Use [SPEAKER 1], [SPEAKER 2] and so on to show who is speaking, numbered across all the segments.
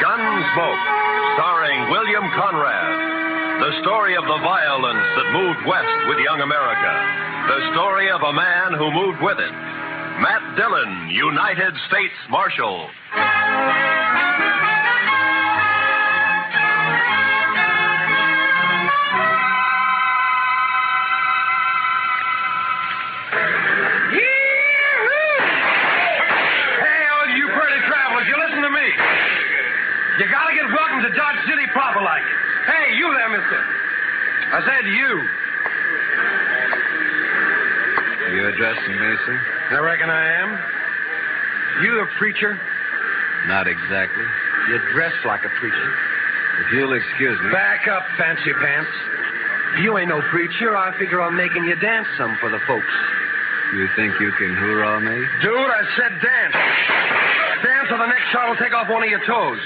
[SPEAKER 1] Gunsmoke, starring William Conrad. The story of the violence that moved west with young America. The story of a man who moved with it. Matt Dillon, United States Marshal.
[SPEAKER 2] Hey, all you pretty travelers, you listen to me. You gotta get welcome to Dodge City proper like. Hey, you there, mister. I said you.
[SPEAKER 3] You addressing me, sir?
[SPEAKER 2] I reckon I am. You the preacher?
[SPEAKER 3] Not exactly. You dress like a preacher. If you'll excuse me.
[SPEAKER 2] Back up, fancy pants. You ain't no preacher. I figure on making you dance some for the folks.
[SPEAKER 3] You think you can hoorah me?
[SPEAKER 2] Dude, I said dance. Dance or the next shot will take off one of your toes.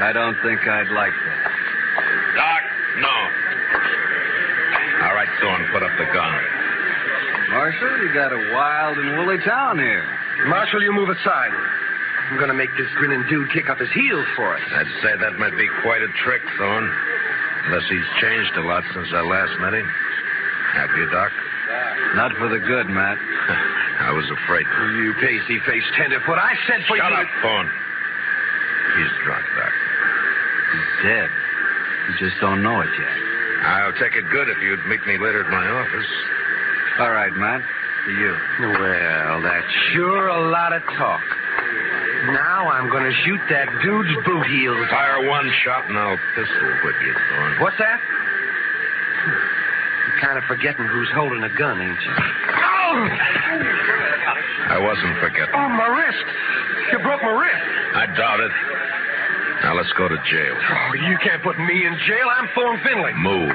[SPEAKER 3] I don't think I'd like that.
[SPEAKER 1] Doc, no. Oh. All right, Thorne, put up the gun.
[SPEAKER 3] Marshal, you got a wild and woolly town here.
[SPEAKER 2] Marshal, you move aside. I'm gonna make this grinning dude kick up his heels for us.
[SPEAKER 1] I'd say that might be quite a trick, Thorne. Unless he's changed a lot since I last met him. Have you, Doc?
[SPEAKER 3] Not for the good, Matt.
[SPEAKER 1] I was afraid.
[SPEAKER 2] You pasty faced tenderfoot. I said for
[SPEAKER 1] Shut
[SPEAKER 2] you.
[SPEAKER 1] up, Thorne. He's drunk, Doc.
[SPEAKER 3] He's dead. You just don't know it yet.
[SPEAKER 1] I'll take it good if you'd meet me later at my office.
[SPEAKER 3] All right, Matt. To you.
[SPEAKER 2] Well, that's sure a lot of talk. Now I'm going to shoot that dude's boot heels.
[SPEAKER 1] Fire one shot and I'll pistol whip you, Thorne.
[SPEAKER 2] What's that? You're kind of forgetting who's holding a gun, ain't you?
[SPEAKER 1] I wasn't forgetting.
[SPEAKER 2] Oh, my wrist. You broke my wrist.
[SPEAKER 1] I doubt it. Now let's go to jail.
[SPEAKER 2] Oh, you can't put me in jail. I'm Thorne Finley.
[SPEAKER 1] Move.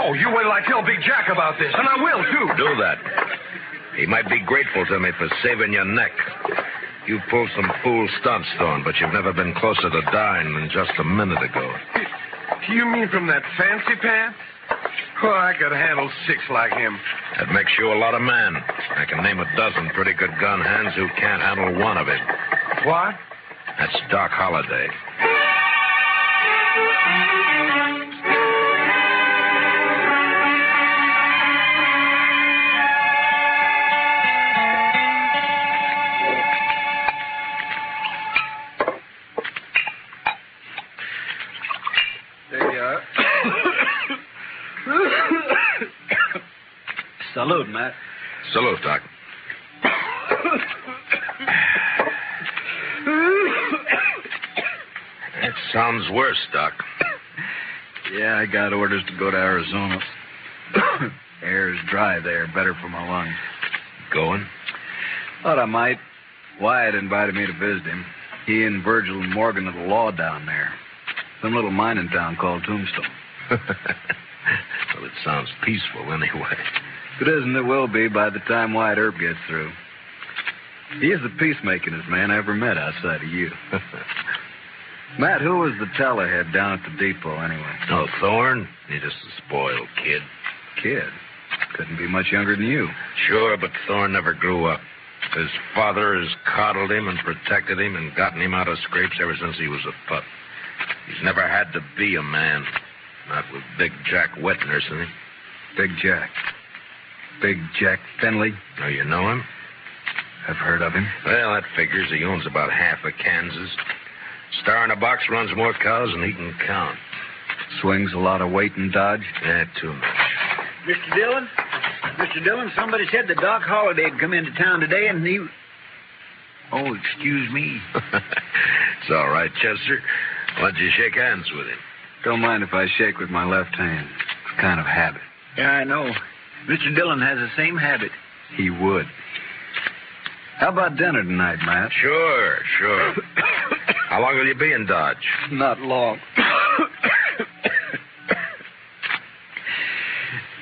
[SPEAKER 2] Oh, you wait till I tell Big Jack about this. And I will, too.
[SPEAKER 1] Do that. He might be grateful to me for saving your neck. You pulled some fool stunts, Thorne, but you've never been closer to dying than just a minute ago.
[SPEAKER 2] You mean from that fancy pants? Well, I could handle six like him.
[SPEAKER 1] That makes you a lot of man. I can name a dozen pretty good gun hands who can't handle one of it.
[SPEAKER 2] What?
[SPEAKER 1] That's Doc Holliday.
[SPEAKER 2] There you are.
[SPEAKER 3] Salute, Matt.
[SPEAKER 1] Salute, Doc. That sounds worse, Doc.
[SPEAKER 3] Yeah, I got orders to go to Arizona. Air's dry there, better for my lungs.
[SPEAKER 1] Going?
[SPEAKER 3] Thought I might. Wyatt invited me to visit him. He and Virgil and Morgan are the law down there. Some little mining town called Tombstone.
[SPEAKER 1] well, it sounds peaceful anyway.
[SPEAKER 3] If it isn't, it will be by the time Wyatt Earp gets through. He is the peacemakingest man I ever met outside of you. Matt, who was the tellerhead down at the depot anyway?
[SPEAKER 1] No, Thorne, you're just a spoiled kid.
[SPEAKER 3] Kid. Couldn't be much younger than you.
[SPEAKER 1] Sure, but Thorne never grew up. His father has coddled him and protected him and gotten him out of scrapes ever since he was a pup. He's never had to be a man. Not with Big Jack wet nursing him.
[SPEAKER 3] Big Jack. Big Jack Finley.
[SPEAKER 1] Now you know him?
[SPEAKER 3] I've heard of him.
[SPEAKER 1] Well, that figures. He owns about half of Kansas. Star in a box runs more cows than he can count.
[SPEAKER 3] Swings a lot of weight and dodge.
[SPEAKER 1] Yeah, too much.
[SPEAKER 4] Mr. Dillon? Mr. Dillon, somebody said that Doc Holliday had come into town today and he. Oh, excuse me.
[SPEAKER 3] It's all right, Chester. Why don't you shake hands with him?
[SPEAKER 5] Don't mind if I shake with my left hand. It's kind of habit.
[SPEAKER 4] Yeah, I know. Mr. Dillon has the same habit.
[SPEAKER 5] He would. How about dinner tonight, Matt?
[SPEAKER 3] Sure, sure. How long will you be in Dodge?
[SPEAKER 5] Not long.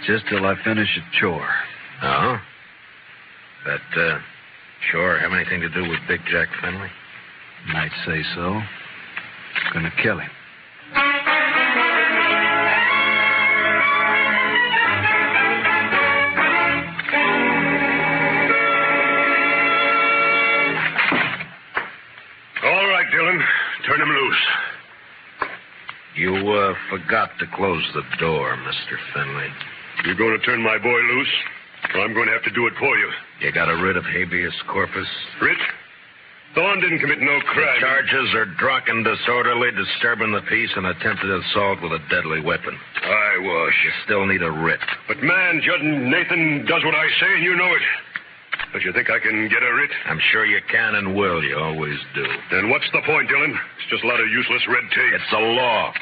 [SPEAKER 5] Just till I finish a chore.
[SPEAKER 3] Oh? That, uh, sure, have anything to do with Big Jack Finley?
[SPEAKER 5] Might say so. Gonna kill him.
[SPEAKER 3] All right, Dillon. Turn him loose. You, uh, forgot to close the door, Mr. Finley.
[SPEAKER 1] You're going to turn my boy loose? Well, I'm going to have to do it for you.
[SPEAKER 3] You got a writ of habeas corpus?
[SPEAKER 1] Rich, Thorne didn't commit no crime.
[SPEAKER 3] Charges are drunken, disorderly, disturbing the peace, and attempted assault with a deadly weapon.
[SPEAKER 1] I was.
[SPEAKER 3] You still need a writ.
[SPEAKER 1] But man, Judd and Nathan does what I say, and you know it. Don't you think I can get a writ?
[SPEAKER 3] I'm sure you can and will. You always do.
[SPEAKER 1] Then what's the point, Dillon? It's just a lot of useless red tape.
[SPEAKER 3] It's the law.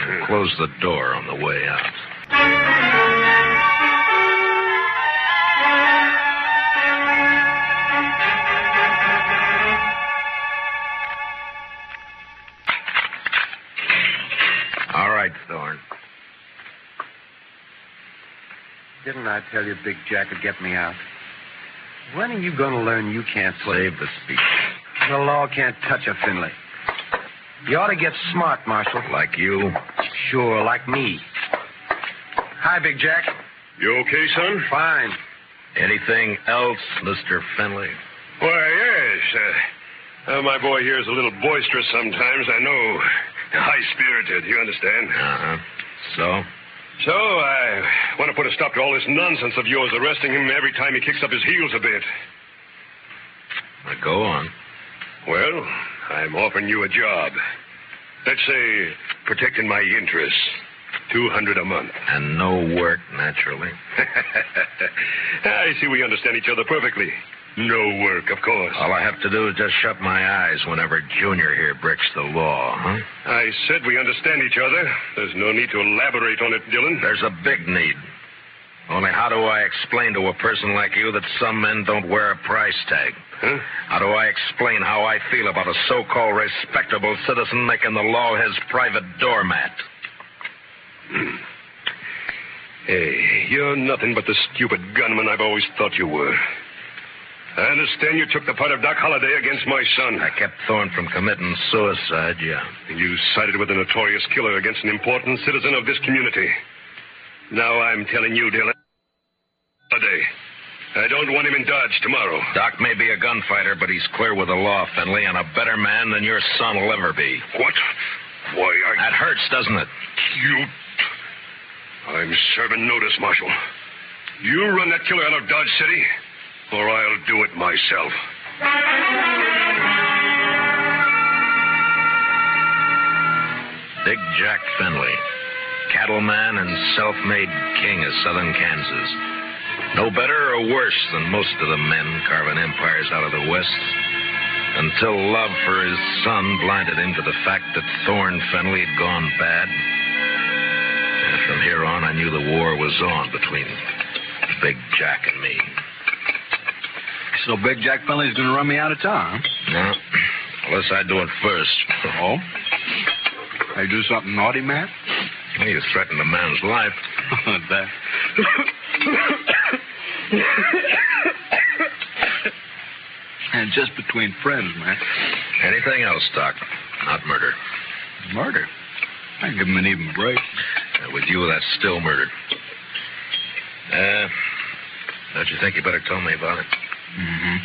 [SPEAKER 3] And Close the door on the way out. All right, Thorne.
[SPEAKER 5] Didn't I tell you Big Jack would get me out? When are you gonna learn you can't
[SPEAKER 3] Save the speech.
[SPEAKER 5] The law can't touch a Finley. You ought to get smart, Marshal.
[SPEAKER 3] Like you.
[SPEAKER 5] Sure, like me. Hi, Big Jack.
[SPEAKER 1] You okay, son?
[SPEAKER 5] Fine.
[SPEAKER 3] Anything else, Mr. Finley?
[SPEAKER 1] Why, yes. Uh, uh, my boy here's a little boisterous sometimes, I know. High spirited, you understand?
[SPEAKER 3] Uh huh. So?
[SPEAKER 1] So I want to put a stop to all this nonsense of yours arresting him every time he kicks up his heels a bit.
[SPEAKER 3] Now go on.
[SPEAKER 1] Well, I'm offering you a job. Let's say protecting my interests. Two hundred a month.
[SPEAKER 3] And no work, naturally.
[SPEAKER 1] I see we understand each other perfectly. No work, of course.
[SPEAKER 3] All I have to do is just shut my eyes whenever Junior here breaks the law, huh?
[SPEAKER 1] I said we understand each other. There's no need to elaborate on it, Dillon.
[SPEAKER 3] There's a big need. Only how do I explain to a person like you that some men don't wear a price tag?
[SPEAKER 1] Huh?
[SPEAKER 3] How do I explain how I feel about a so called respectable citizen making the law his private doormat?
[SPEAKER 1] Hey, you're nothing but the stupid gunman I've always thought you were. I understand you took the part of Doc Holliday against my son.
[SPEAKER 3] I kept Thorne from committing suicide, yeah.
[SPEAKER 1] You sided with a notorious killer against an important citizen of this community. Now I'm telling you, Dillon. Holliday. I don't want him in Dodge tomorrow.
[SPEAKER 3] Doc may be a gunfighter, but he's clear with the law, Finley, and a better man than your son will ever be.
[SPEAKER 1] What? Why, I.
[SPEAKER 3] That hurts, doesn't it?
[SPEAKER 1] You. I'm serving notice, Marshal. You run that killer out of Dodge City, or I'll do it myself.
[SPEAKER 3] Big Jack Finley, cattleman and self made king of southern Kansas. No better or worse than most of the men carving empires out of the West. Until love for his son blinded him to the fact that Thorne Finley had gone bad. And from here on, I knew the war was on between Big Jack and me.
[SPEAKER 5] So Big Jack Finley's gonna run me out of town.
[SPEAKER 3] No, unless I do it first.
[SPEAKER 5] Oh? I do something naughty, Matt?
[SPEAKER 3] Well, you threatened a man's life.
[SPEAKER 5] that. and just between friends, Matt.
[SPEAKER 3] Anything else, Doc? Not murder.
[SPEAKER 5] Murder. I give him an even break.
[SPEAKER 3] Uh, with you, that's still murder. Uh, don't you think you better tell me about it?
[SPEAKER 5] Mm-hmm.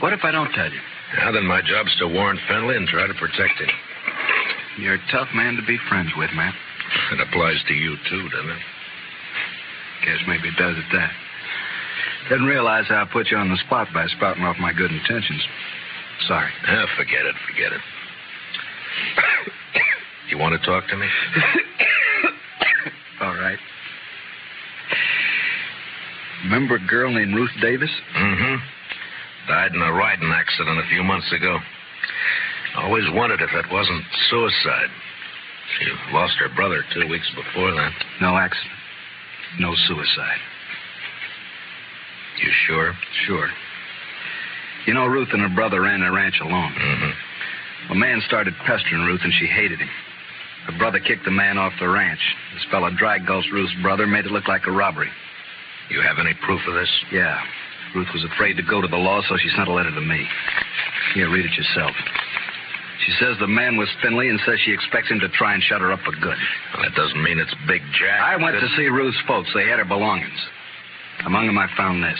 [SPEAKER 5] What if I don't tell you?
[SPEAKER 3] Now then, my job's to warn Finley and try to protect him.
[SPEAKER 5] You're a tough man to be friends with, Matt.
[SPEAKER 3] It applies to you, too, doesn't it?
[SPEAKER 5] Guess maybe it does at that. Didn't realize how I put you on the spot by spouting off my good intentions. Sorry.
[SPEAKER 3] Ah, forget it, forget it. you want to talk to me?
[SPEAKER 5] All right. Remember a girl named Ruth Davis?
[SPEAKER 3] Mm-hmm. Died in a riding accident a few months ago. Always wondered if it wasn't suicide. She lost her brother two weeks before that.
[SPEAKER 1] No accident. No suicide.
[SPEAKER 3] You sure?
[SPEAKER 1] Sure. You know, Ruth and her brother ran their ranch alone.
[SPEAKER 3] Mm-hmm.
[SPEAKER 1] A man started pestering Ruth, and she hated him. Her brother kicked the man off the ranch. This fellow dry gulched Ruth's brother, made it look like a robbery.
[SPEAKER 3] You have any proof of this?
[SPEAKER 1] Yeah. Ruth was afraid to go to the law, so she sent a letter to me. Here, read it yourself. She says the man was Finley and says she expects him to try and shut her up for good.
[SPEAKER 3] Well, that doesn't mean it's Big Jack.
[SPEAKER 1] I went
[SPEAKER 3] It-
[SPEAKER 1] to see Ruth's folks. They had her belongings. Among them, I found this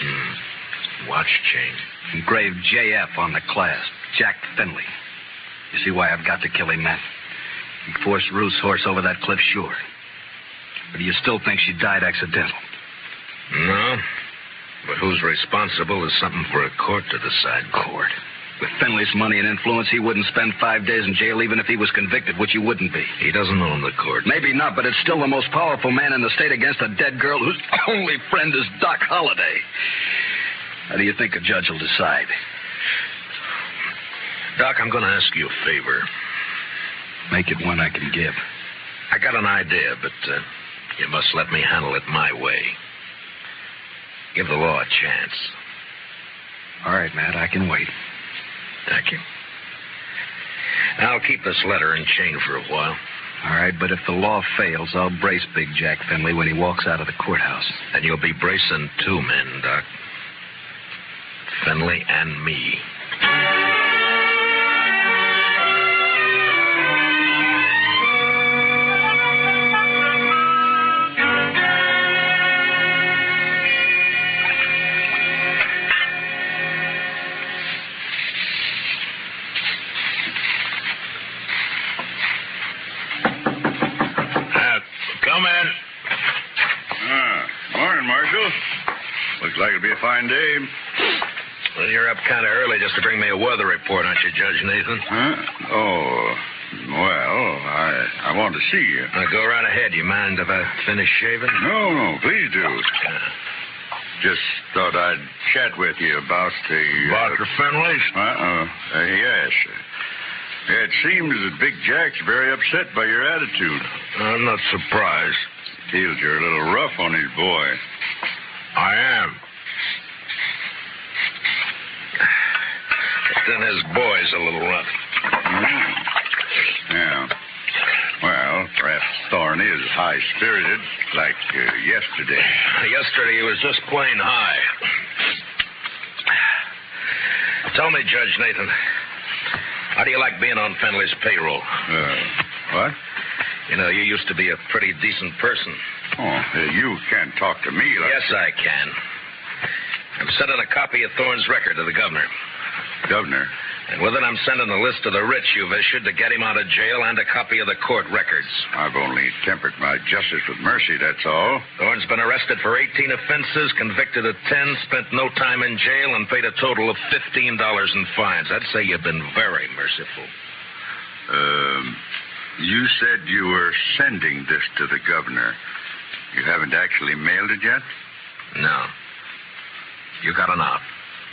[SPEAKER 3] Hmm. watch chain.
[SPEAKER 1] engraved JF on the clasp Jack Finley. You see why I've got to kill him, Matt? He forced Ruth's horse over that cliff shore. But do you still think she died accidental?
[SPEAKER 3] No. But who's responsible is something for a court to decide. Court.
[SPEAKER 1] With Finley's money and influence, he wouldn't spend five days in jail even if he was convicted, which he wouldn't be.
[SPEAKER 3] He doesn't own the court.
[SPEAKER 1] Maybe not, but it's still the most powerful man in the state against a dead girl whose only friend is Doc Holliday. How do you think a judge will decide?
[SPEAKER 3] Doc, I'm going to ask you a favor.
[SPEAKER 1] Make it one I can give.
[SPEAKER 3] I got an idea, but uh, you must let me handle it my way. Give the law a chance.
[SPEAKER 1] All right, Matt, I can wait.
[SPEAKER 3] Thank you. Now, I'll keep this letter in chain for a while.
[SPEAKER 1] All right, but if the law fails, I'll brace Big Jack Finley when he walks out of the courthouse.
[SPEAKER 3] And you'll be bracing two men, Doc. Finley and me.
[SPEAKER 2] Uh,
[SPEAKER 3] Come in.
[SPEAKER 2] ah, morning, Marshal. Looks like it'll be a fine day.
[SPEAKER 3] Well, you're up kind of early just to bring me a weather report, aren't you, Judge Nathan?
[SPEAKER 2] Huh? Oh, well, I I want to see you.
[SPEAKER 3] Now, go right ahead. You mind if I finish shaving?
[SPEAKER 2] No, no, please do. Just thought I'd chat with you about the. uh,
[SPEAKER 3] Dr. Finley?
[SPEAKER 2] Uh-uh. Uh, yes. It seems that Big Jack's very upset by your attitude.
[SPEAKER 3] I'm not surprised.
[SPEAKER 2] Feels you're a little rough on his boy.
[SPEAKER 3] I am. But then his boy's a little rough.
[SPEAKER 2] Mm. Yeah. Well, perhaps Thorne is high spirited, like uh, yesterday.
[SPEAKER 3] Yesterday he was just plain high. Tell me, Judge Nathan, how do you like being on Fenley's payroll?
[SPEAKER 2] Uh, what?
[SPEAKER 3] You know, you used to be a pretty decent person.
[SPEAKER 2] Oh, uh, you can't talk to me like
[SPEAKER 3] Yes, I can. I'm sending a copy of Thorne's record to the governor.
[SPEAKER 2] governor.
[SPEAKER 3] And with it, I'm sending a list of the writs you've issued to get him out of jail and a copy of the court records.
[SPEAKER 2] I've only tempered my justice with mercy, that's all.
[SPEAKER 3] Thorne's been arrested for 18 offenses, convicted of 10, spent no time in jail, and paid a total of $15 in fines. I'd say you've been very merciful.
[SPEAKER 2] Um, you said you were sending this to the governor. You haven't actually mailed it yet?
[SPEAKER 3] No. You got an out.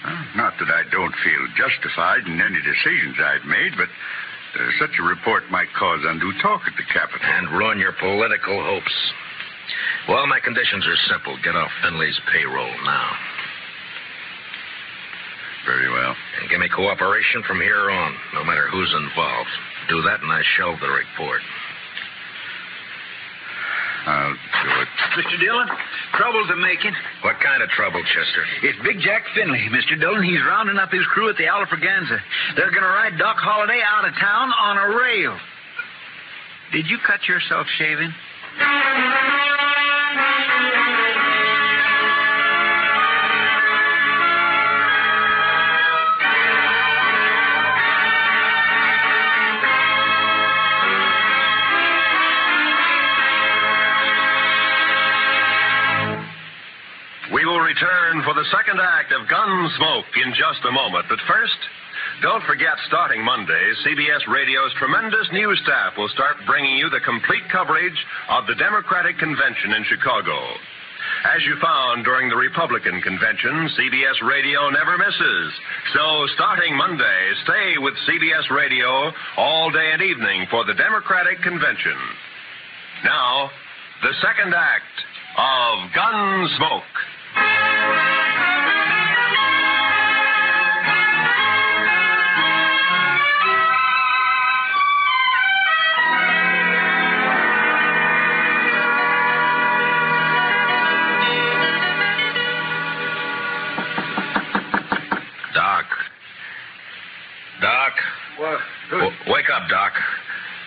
[SPEAKER 2] Well, Not that I don't feel justified in any decisions I've made, but uh, such a report might cause undue talk at the Capitol.
[SPEAKER 3] And ruin your political hopes. Well, my conditions are simple. Get off Finley's payroll now.
[SPEAKER 2] Very well.
[SPEAKER 3] And give me cooperation from here on, no matter who's involved. Do that, and I shelve the report.
[SPEAKER 2] I'll do it.
[SPEAKER 6] Mr. Dillon, troubles are making.
[SPEAKER 3] What kind of trouble, Chester?
[SPEAKER 6] It's Big Jack Finley, Mr. Dillon. He's rounding up his crew at the Alfraganza. They're going to ride Doc Holliday out of town on a rail. Did you cut yourself shaving?
[SPEAKER 7] We will return for the second act of Gunsmoke in just a moment. But first, don't forget starting Monday, CBS Radio's tremendous news staff will start bringing you the complete coverage of the Democratic Convention in Chicago.
[SPEAKER 8] As you found during the Republican convention, CBS Radio never misses. So starting Monday, stay with CBS Radio all day and evening for the Democratic convention. Now, the second act of Gunsmoke.
[SPEAKER 3] Doc. Doc.
[SPEAKER 5] What?
[SPEAKER 3] W- wake up, Doc.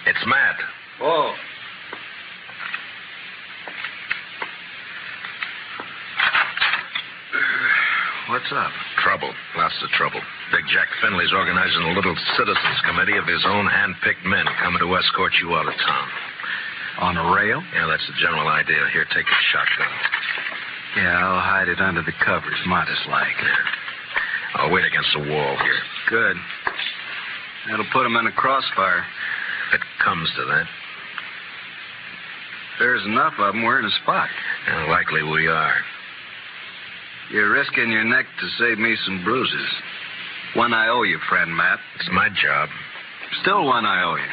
[SPEAKER 3] It's Matt.
[SPEAKER 5] Oh.
[SPEAKER 3] What's up? Trouble. Lots of trouble. Big Jack Finley's organizing a little citizens committee of his own hand-picked men coming to escort you out of town.
[SPEAKER 5] On a rail?
[SPEAKER 3] Yeah, that's the general idea. Here, take a shotgun.
[SPEAKER 5] Yeah, I'll hide it under the covers, modest like.
[SPEAKER 3] I'll wait against the wall here.
[SPEAKER 5] Good. That'll put them in a crossfire.
[SPEAKER 3] If it comes to that.
[SPEAKER 5] If there's enough of them, we're in a spot.
[SPEAKER 3] And likely we are.
[SPEAKER 5] You're risking your neck to save me some bruises. One I owe you, friend Matt.
[SPEAKER 3] It's my job.
[SPEAKER 5] Still one I owe you.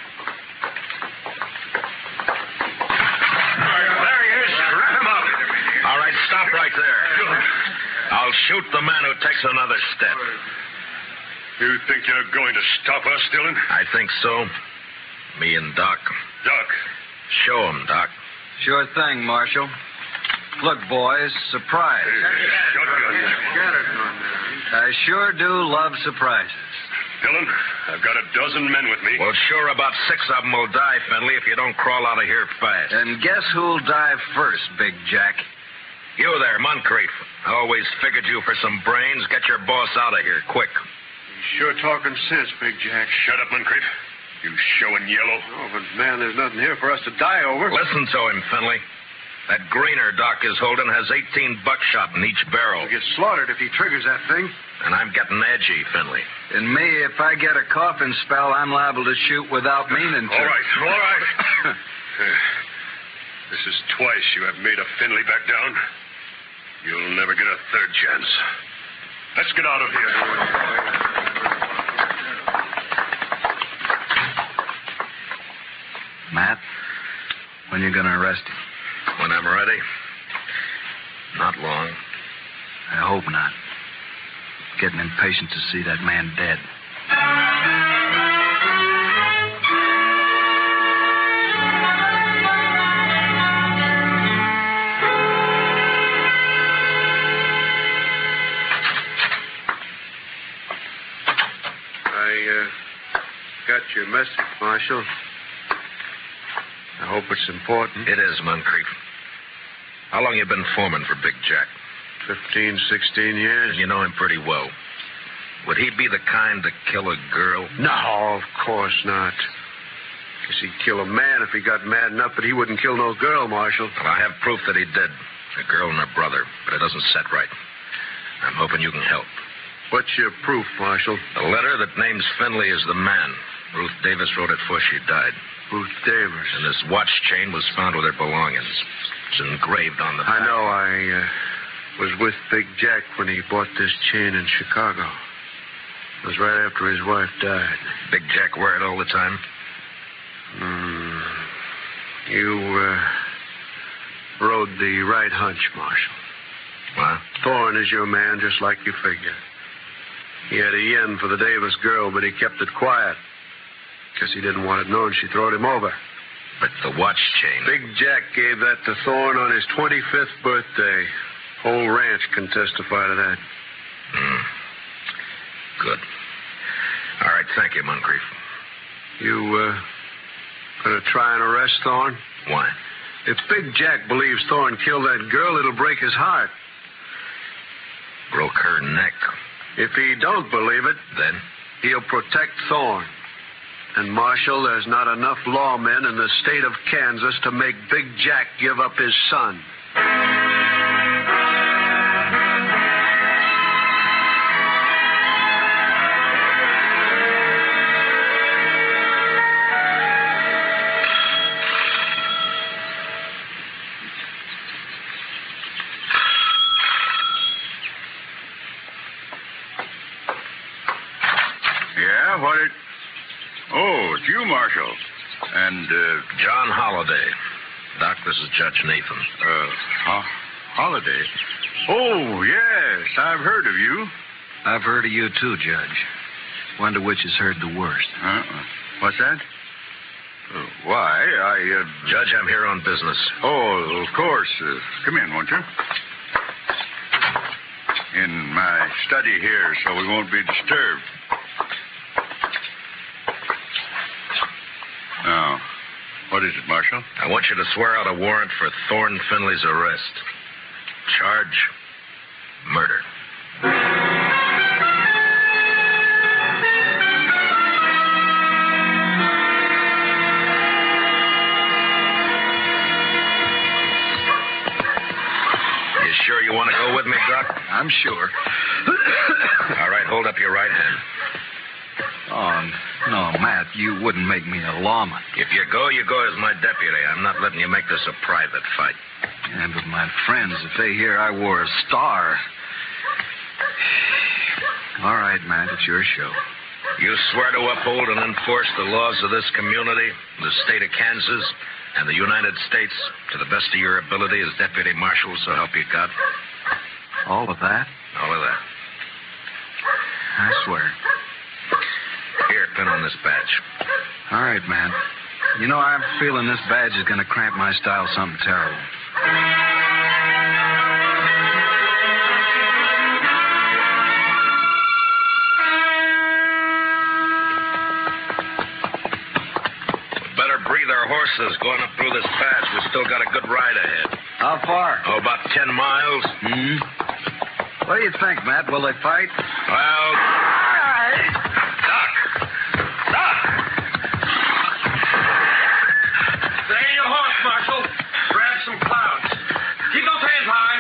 [SPEAKER 3] There he is. Wrap him up. All right, stop right there.
[SPEAKER 1] Ah,
[SPEAKER 3] I'll shoot the man who takes another step.
[SPEAKER 1] You think you're going to stop us, Dillon?
[SPEAKER 3] I think so. Me and Doc.
[SPEAKER 1] Doc,
[SPEAKER 3] Show him, Doc.
[SPEAKER 5] Sure thing, Marshal. Look, boys, surprise.
[SPEAKER 1] shotgun.
[SPEAKER 5] I sure do love surprises.
[SPEAKER 1] Dillon, I've got a dozen men with me.
[SPEAKER 3] Well, sure, about six of them will die, Finley, if you don't crawl out of here fast.
[SPEAKER 5] And guess who'll die first, Big Jack?
[SPEAKER 3] You there, Moncrief. I always figured you for some brains. Get your boss out of here, quick.
[SPEAKER 9] Sure talking sense, Big Jack.
[SPEAKER 1] Shut up, Moncrief. You showing yellow.
[SPEAKER 9] Oh, but man, there's nothing here for us to die over.
[SPEAKER 3] Listen to him, Finley. That greener Doc is holding has 18 buckshot in each barrel.
[SPEAKER 9] He'll get slaughtered if he triggers that thing.
[SPEAKER 3] And I'm getting edgy, Finley.
[SPEAKER 5] And me, if I get a coughing spell, I'm liable to shoot without meaning to.
[SPEAKER 1] All right, all right. Uh, this is twice you have made a Finley back down. You'll never get a third chance. Let's get out of here.
[SPEAKER 5] Matt, when you gonna arrest him?
[SPEAKER 3] When I'm ready. Not long.
[SPEAKER 5] I hope not. Getting impatient to see that man dead.
[SPEAKER 9] I uh, got your message, Marshal. I hope it's important.
[SPEAKER 3] It is, Moncrief. How long you been foreman for Big Jack?
[SPEAKER 9] Fifteen, sixteen
[SPEAKER 3] And
[SPEAKER 9] years.
[SPEAKER 3] you know him pretty well. Would he be the kind to kill a girl?
[SPEAKER 9] No, of course not. Guess he'd kill a man if he got mad enough, but he wouldn't kill no girl, Marshal.
[SPEAKER 3] Well, I have proof that he did. A girl and her brother, but it doesn't set right. I'm hoping you can help.
[SPEAKER 9] What's your proof, Marshal?
[SPEAKER 3] The letter that names Finley as the man. Ruth Davis wrote it before she died.
[SPEAKER 9] Ruth Davis.
[SPEAKER 3] And this watch chain was found with her belongings. It's engraved on the
[SPEAKER 9] I know I uh, was with Big Jack when he bought this chain in Chicago. It was right after his wife died.
[SPEAKER 3] Big Jack wear it all the time.
[SPEAKER 9] Hmm. You uh, rode the right hunch, Marshal.
[SPEAKER 3] What?
[SPEAKER 9] Thorne is your man, just like you figure. He had a yen for the Davis girl, but he kept it quiet. Guess he didn't want it known she throwed him over.
[SPEAKER 3] But the watch chain.
[SPEAKER 9] Big Jack gave that to Thorne on his 25th birthday. Whole ranch can testify to that.
[SPEAKER 3] Hmm. Good. All right, thank you, Moncrief.
[SPEAKER 9] You, uh, gonna try and arrest Thorne?
[SPEAKER 3] Why?
[SPEAKER 9] If Big Jack believes Thorne killed that girl, it'll break his heart.
[SPEAKER 3] Broke her neck.
[SPEAKER 9] If he don't believe it,
[SPEAKER 3] Then?
[SPEAKER 9] he'll protect Thorne. And, Marshal, there's not enough lawmen in the state of Kansas to make Big Jack give up his son.
[SPEAKER 10] Yeah, what it. Oh, it's you, Marshal. And, uh.
[SPEAKER 3] John Holliday. Doc, this is Judge Nathan.
[SPEAKER 10] Uh, ho- Holiday? Oh, yes, I've heard of you.
[SPEAKER 5] I've heard of you too, Judge. Wonder which has heard the worst.
[SPEAKER 10] Uh-uh. What's that? Uh, why, I, uh...
[SPEAKER 3] Judge, I'm here on business.
[SPEAKER 10] Oh, of course. Uh, come in, won't you? In my study here, so we won't be disturbed. Now, what is it, Marshal?
[SPEAKER 3] I want you to swear out a warrant for Thorne Finley's arrest. Charge murder. You sure you want to go with me, Doc? I'm sure. All right, hold up your right hand.
[SPEAKER 5] Oh, no, Matt, you wouldn't make me a lawman.
[SPEAKER 3] If you go, you go as my deputy. I'm not letting you make this a private fight.
[SPEAKER 5] And but my friends, if they hear I wore a star. All right, Matt, it's your show.
[SPEAKER 3] You swear to uphold and enforce the laws of this community, the state of Kansas, and the United States to the best of your ability as deputy marshal, so help you God.
[SPEAKER 5] All of that?
[SPEAKER 3] All of that.
[SPEAKER 5] I swear.
[SPEAKER 3] Here, pin on this badge.
[SPEAKER 5] All right, Matt. You know, I'm feeling this badge is going to cramp my style something terrible.
[SPEAKER 3] Better breathe our horses going up through this pass. We still got a good ride ahead.
[SPEAKER 5] How far?
[SPEAKER 3] Oh, about ten miles.
[SPEAKER 5] Hmm? What do you think, Matt? Will they fight?
[SPEAKER 3] Well,
[SPEAKER 2] There your horse, Marshal. Grab some clouds. Keep those hands high.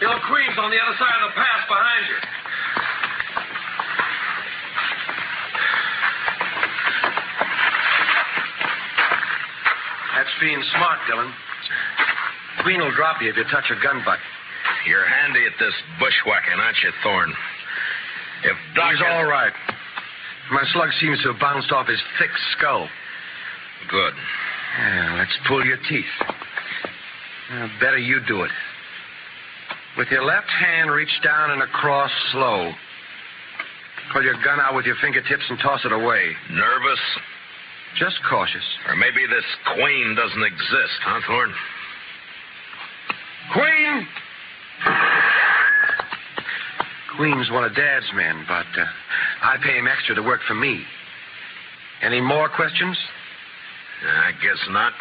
[SPEAKER 2] Bill Cream's on the other side of the pass behind you. That's being smart, Dillon. Green will drop you if you touch a gun butt.
[SPEAKER 3] you're handy at this bushwhacking, aren't you, Thorne? If Doc
[SPEAKER 2] He's
[SPEAKER 3] is-
[SPEAKER 2] all right. My slug seems to have bounced off his thick skull.
[SPEAKER 3] Good.
[SPEAKER 2] Yeah, let's pull your teeth. Uh, better you do it. With your left hand, reach down and across slow. Pull your gun out with your fingertips and toss it away.
[SPEAKER 3] Nervous?
[SPEAKER 2] Just cautious.
[SPEAKER 3] Or maybe this queen doesn't exist, huh, Thorne?
[SPEAKER 2] Queen! Queen's one of Dad's men, but uh, I pay him extra to work for me. Any more questions?
[SPEAKER 3] Uh, I guess not.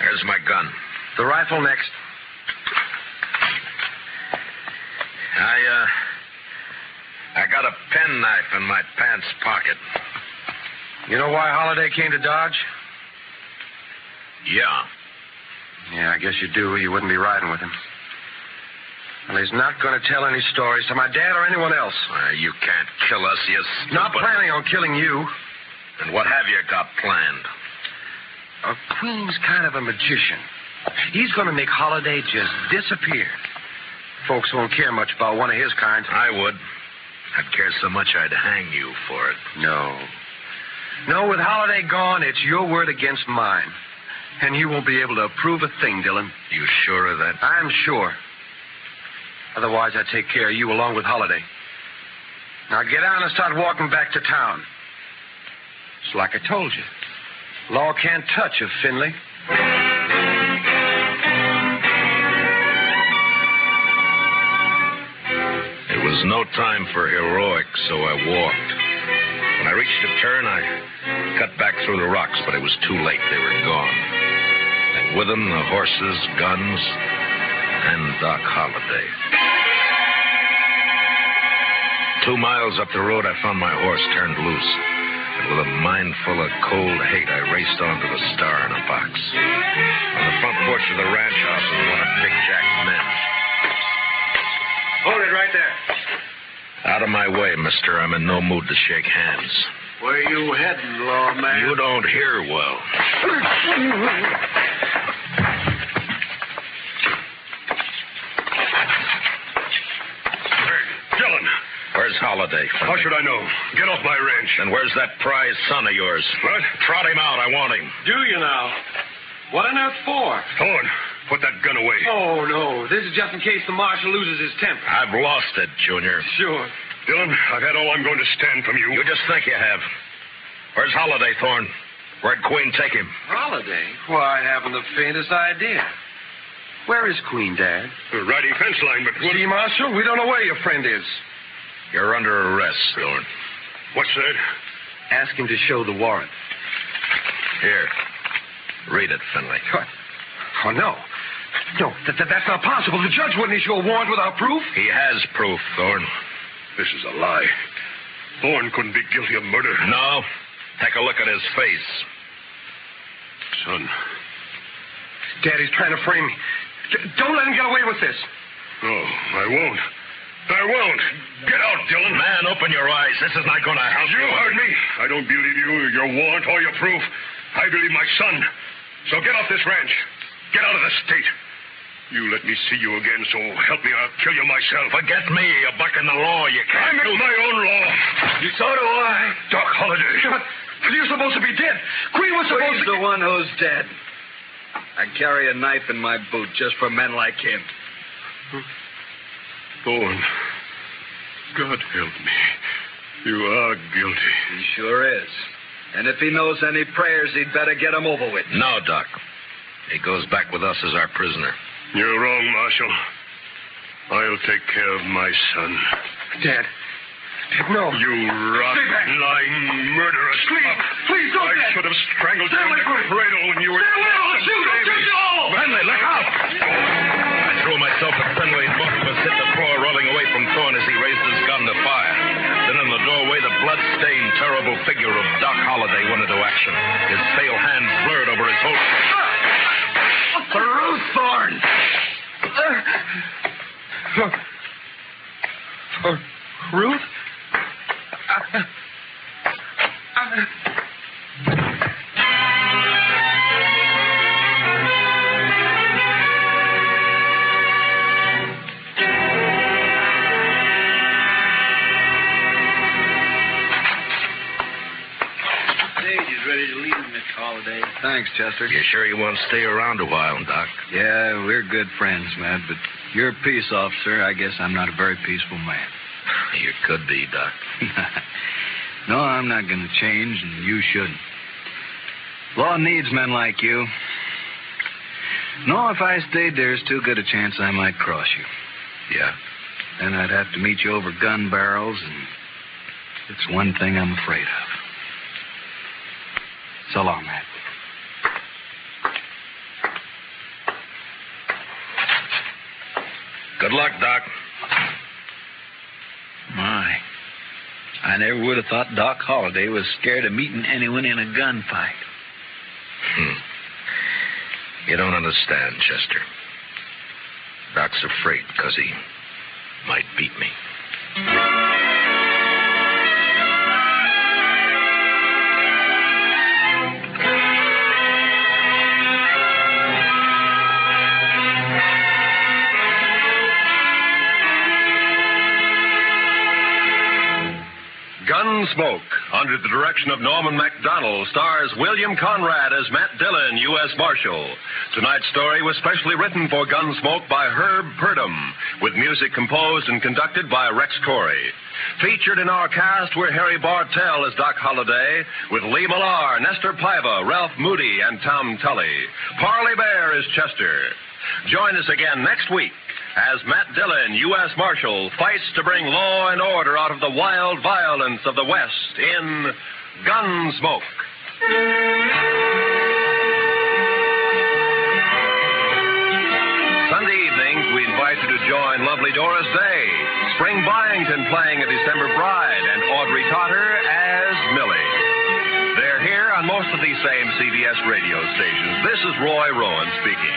[SPEAKER 3] There's my gun.
[SPEAKER 2] The rifle next.
[SPEAKER 3] I, uh. I got a penknife in my pants pocket.
[SPEAKER 2] You know why Holiday came to Dodge?
[SPEAKER 3] Yeah.
[SPEAKER 2] Yeah, I guess you do. You wouldn't be riding with him. Well, he's not going to tell any stories to my dad or anyone else.
[SPEAKER 3] Uh, you can't kill us, you stupid.
[SPEAKER 2] Not planning on killing you.
[SPEAKER 3] And what have you got planned?
[SPEAKER 2] A queen's kind of a magician. He's going to make Holiday just disappear. Folks won't care much about one of his kind.
[SPEAKER 3] I would. I'd care so much I'd hang you for it.
[SPEAKER 2] No. No, with Holiday gone, it's your word against mine. And you won't be able to approve a thing, Dylan.
[SPEAKER 3] You sure of that?
[SPEAKER 2] I'm sure. Otherwise, I take care of you along with Holiday. Now get down and start walking back to town. It's like I told you. Law can't touch of Finley.
[SPEAKER 3] It was no time for heroics, so I walked. When I reached a turn, I cut back through the rocks, but it was too late. They were gone. And with them, the horses, guns, and Doc Holliday. Two miles up the road, I found my horse turned loose. And with a mind full of cold hate, I raced on to the star in a box. On the front porch of the ranch house was one of Big Jack's men.
[SPEAKER 2] Hold it right there.
[SPEAKER 3] Out of my way, mister. I'm in no mood to shake hands.
[SPEAKER 9] Where you heading, lawman?
[SPEAKER 3] You don't hear well.
[SPEAKER 1] Dillon,
[SPEAKER 3] Where's Holliday.
[SPEAKER 1] How should I know? Get off my ranch.
[SPEAKER 3] And where's that prize son of yours? What? Trot him out. I want him.
[SPEAKER 11] Do you now? What on earth for?
[SPEAKER 1] Hold Put that gun away.
[SPEAKER 11] Oh, no. This is just in case the marshal loses his temper.
[SPEAKER 3] I've lost it, Junior.
[SPEAKER 11] Sure.
[SPEAKER 1] Dillon, I've had all I'm going to stand from you.
[SPEAKER 3] You just think you have. Where's Holliday, Thorne? Where'd Queen take him?
[SPEAKER 12] Holiday?
[SPEAKER 11] Why, I haven't the faintest idea.
[SPEAKER 12] Where is Queen, Dad?
[SPEAKER 1] Righty fence line, but
[SPEAKER 12] See, Marshal, we don't know where your friend is.
[SPEAKER 3] You're under arrest, Thorne.
[SPEAKER 1] What's that?
[SPEAKER 13] Ask him to show the warrant.
[SPEAKER 3] Here. Read it, Finley.
[SPEAKER 12] Oh, no. No, that, that- that's not possible. The judge wouldn't issue a warrant without proof.
[SPEAKER 3] He has proof, Thorne.
[SPEAKER 1] This is a lie. Thorne couldn't be guilty of murder.
[SPEAKER 3] No. Take a look at his face.
[SPEAKER 1] Son.
[SPEAKER 12] Daddy's trying to frame me. D- don't let him get away with this.
[SPEAKER 1] No, I won't. I won't. Get out, Dillon.
[SPEAKER 3] Man, open your eyes. This is not going to help
[SPEAKER 1] You heard me. I don't believe you, your warrant, or your proof. I believe my son. So get off this ranch. Get out of the state. You let me see you again, so help me, I'll kill you myself.
[SPEAKER 3] Forget me. You're bucking the law. You
[SPEAKER 1] I
[SPEAKER 3] can't.
[SPEAKER 1] make my own law.
[SPEAKER 12] So do I.
[SPEAKER 1] Doc Holliday.
[SPEAKER 12] You're supposed to be dead. Queen was supposed
[SPEAKER 13] He's
[SPEAKER 12] to.
[SPEAKER 13] the one who's dead. I carry a knife in my boot just for men like him.
[SPEAKER 1] Thorne. God help me. You are guilty.
[SPEAKER 13] He sure is. And if he knows any prayers, he'd better get 'em over with.
[SPEAKER 3] No, Doc. He goes back with us as our prisoner.
[SPEAKER 1] You're wrong, Marshal. I'll take care of my son.
[SPEAKER 12] Dad. Dad, no.
[SPEAKER 1] You rotten,
[SPEAKER 12] back.
[SPEAKER 1] lying murderer.
[SPEAKER 12] Please, please don't,
[SPEAKER 1] I
[SPEAKER 12] Dad.
[SPEAKER 1] should have strangled
[SPEAKER 12] Stay away
[SPEAKER 1] you in the
[SPEAKER 12] from me.
[SPEAKER 1] cradle when you were...
[SPEAKER 12] Stay away, I'll shoot, I'll shoot you all.
[SPEAKER 3] Finley, look out! I threw myself at Finley, and both of us hit the floor, rolling away from Thorne as he raised his gun to fire. Then in the doorway, the blood-stained, terrible figure of Doc Holliday went into action. His pale hands blurred over his holster.
[SPEAKER 13] Through Thorne!
[SPEAKER 12] Uh, Ruth? I- I-
[SPEAKER 13] Stage is ready to leave, Mr. Holliday. Thanks, Chester.
[SPEAKER 3] You sure you want to stay around a while, Doc?
[SPEAKER 13] Yeah, we're good friends, Matt, but you're a peace officer. I guess I'm not a very peaceful man.
[SPEAKER 3] You could be, Doc.
[SPEAKER 13] no, I'm not going to change, and you shouldn't. Law needs men like you. No, if I stayed, there's too good a chance I might cross you.
[SPEAKER 3] Yeah.
[SPEAKER 13] Then I'd have to meet you over gun barrels, and it's one thing I'm afraid of. So long, Matt.
[SPEAKER 3] Good luck, Doc.
[SPEAKER 13] My. I never would have thought Doc Holliday was scared of meeting anyone in a gunfight.
[SPEAKER 3] Hmm. You don't understand, Chester. Doc's afraid because he might beat me.
[SPEAKER 2] Gunsmoke, under the direction of Norman MacDonald, stars William Conrad as Matt Dillon, U.S. Marshal. Tonight's story was specially written for Gunsmoke by Herb Purdom, with music composed and conducted by Rex Corey. Featured in our cast were Harry Bartell as Doc Holliday, with Lee Millar, Nestor Piva, Ralph Moody, and Tom Tully. Parley Bear is Chester. Join us again next week as Matt Dillon, U.S. Marshal, fights to bring law and order out of the wild violence of the West in Gunsmoke. Sunday evenings, we invite you to join lovely Doris Day, Spring Byington playing a December Bride, and Audrey Totter as Millie. They're here on most of these same CBS radio stations. This is Roy Rowan speaking.